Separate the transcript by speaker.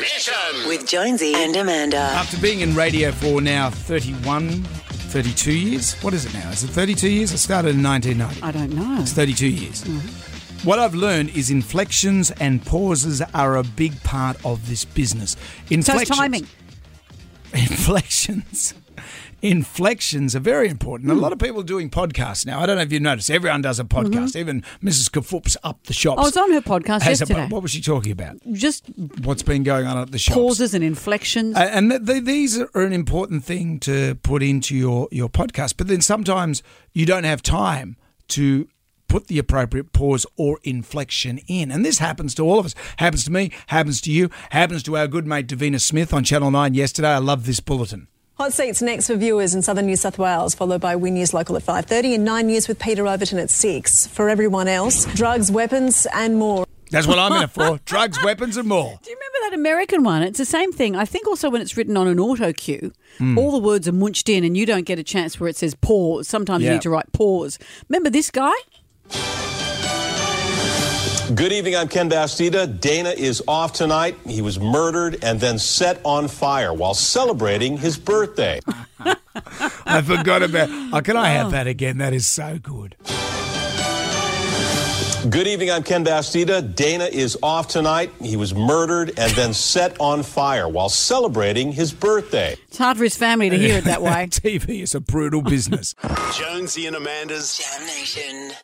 Speaker 1: Mission.
Speaker 2: with Jonesy and Amanda.
Speaker 3: After being in radio for now 31, 32 years, what is it now? Is it 32 years? I started in 1990.
Speaker 4: I don't know.
Speaker 3: It's 32 years.
Speaker 4: Mm-hmm.
Speaker 3: What I've learned is inflections and pauses are a big part of this business.
Speaker 4: So
Speaker 3: Inflections,
Speaker 4: it's timing.
Speaker 3: Inflections. Inflections are very important.
Speaker 4: Hmm.
Speaker 3: A lot of people are doing podcasts now. I don't know if you noticed. Everyone does a podcast. Even Mrs. Kafoop's up the shops.
Speaker 4: Mm-hmm. I was on her podcast
Speaker 3: has a-
Speaker 4: yesterday.
Speaker 3: what was she talking about?
Speaker 4: Just
Speaker 3: What's been going on at the shops?
Speaker 4: pauses and inflections.
Speaker 3: A- And th- th- these are an important thing to put into your, your podcast. But then sometimes you don't have time to put the appropriate pause or inflection in. And this happens to all of us. Happens to me, happens to you, happens to our good mate Davina Smith on Channel 9 yesterday. I love this bulletin.
Speaker 5: Hot seats next for viewers in southern New South Wales, followed by We News Local at 5.30 and 9 News with Peter Overton at 6. For everyone else, drugs, weapons and more.
Speaker 3: That's what I'm in it for. Drugs, weapons, and more.
Speaker 4: Do you remember that American one? It's the same thing. I think also when it's written on an auto cue, all the words are munched in and you don't get a chance where it says pause. Sometimes
Speaker 3: Yeah.
Speaker 4: you need to write pause. Remember this guy?
Speaker 6: Good evening. I'm Ken Bastida. Dana is off tonight. He was murdered and then set on fire while celebrating his birthday.
Speaker 3: I forgot about. Oh, can I have that again? That is so good.
Speaker 6: Good evening. I'm Ken Bastida. Dana is off tonight. He was murdered and then set on fire while celebrating his birthday.
Speaker 4: It's hard for his family to hear it that way.
Speaker 3: TV is a brutal business.
Speaker 1: Jonesy and Amanda's
Speaker 2: Damnation.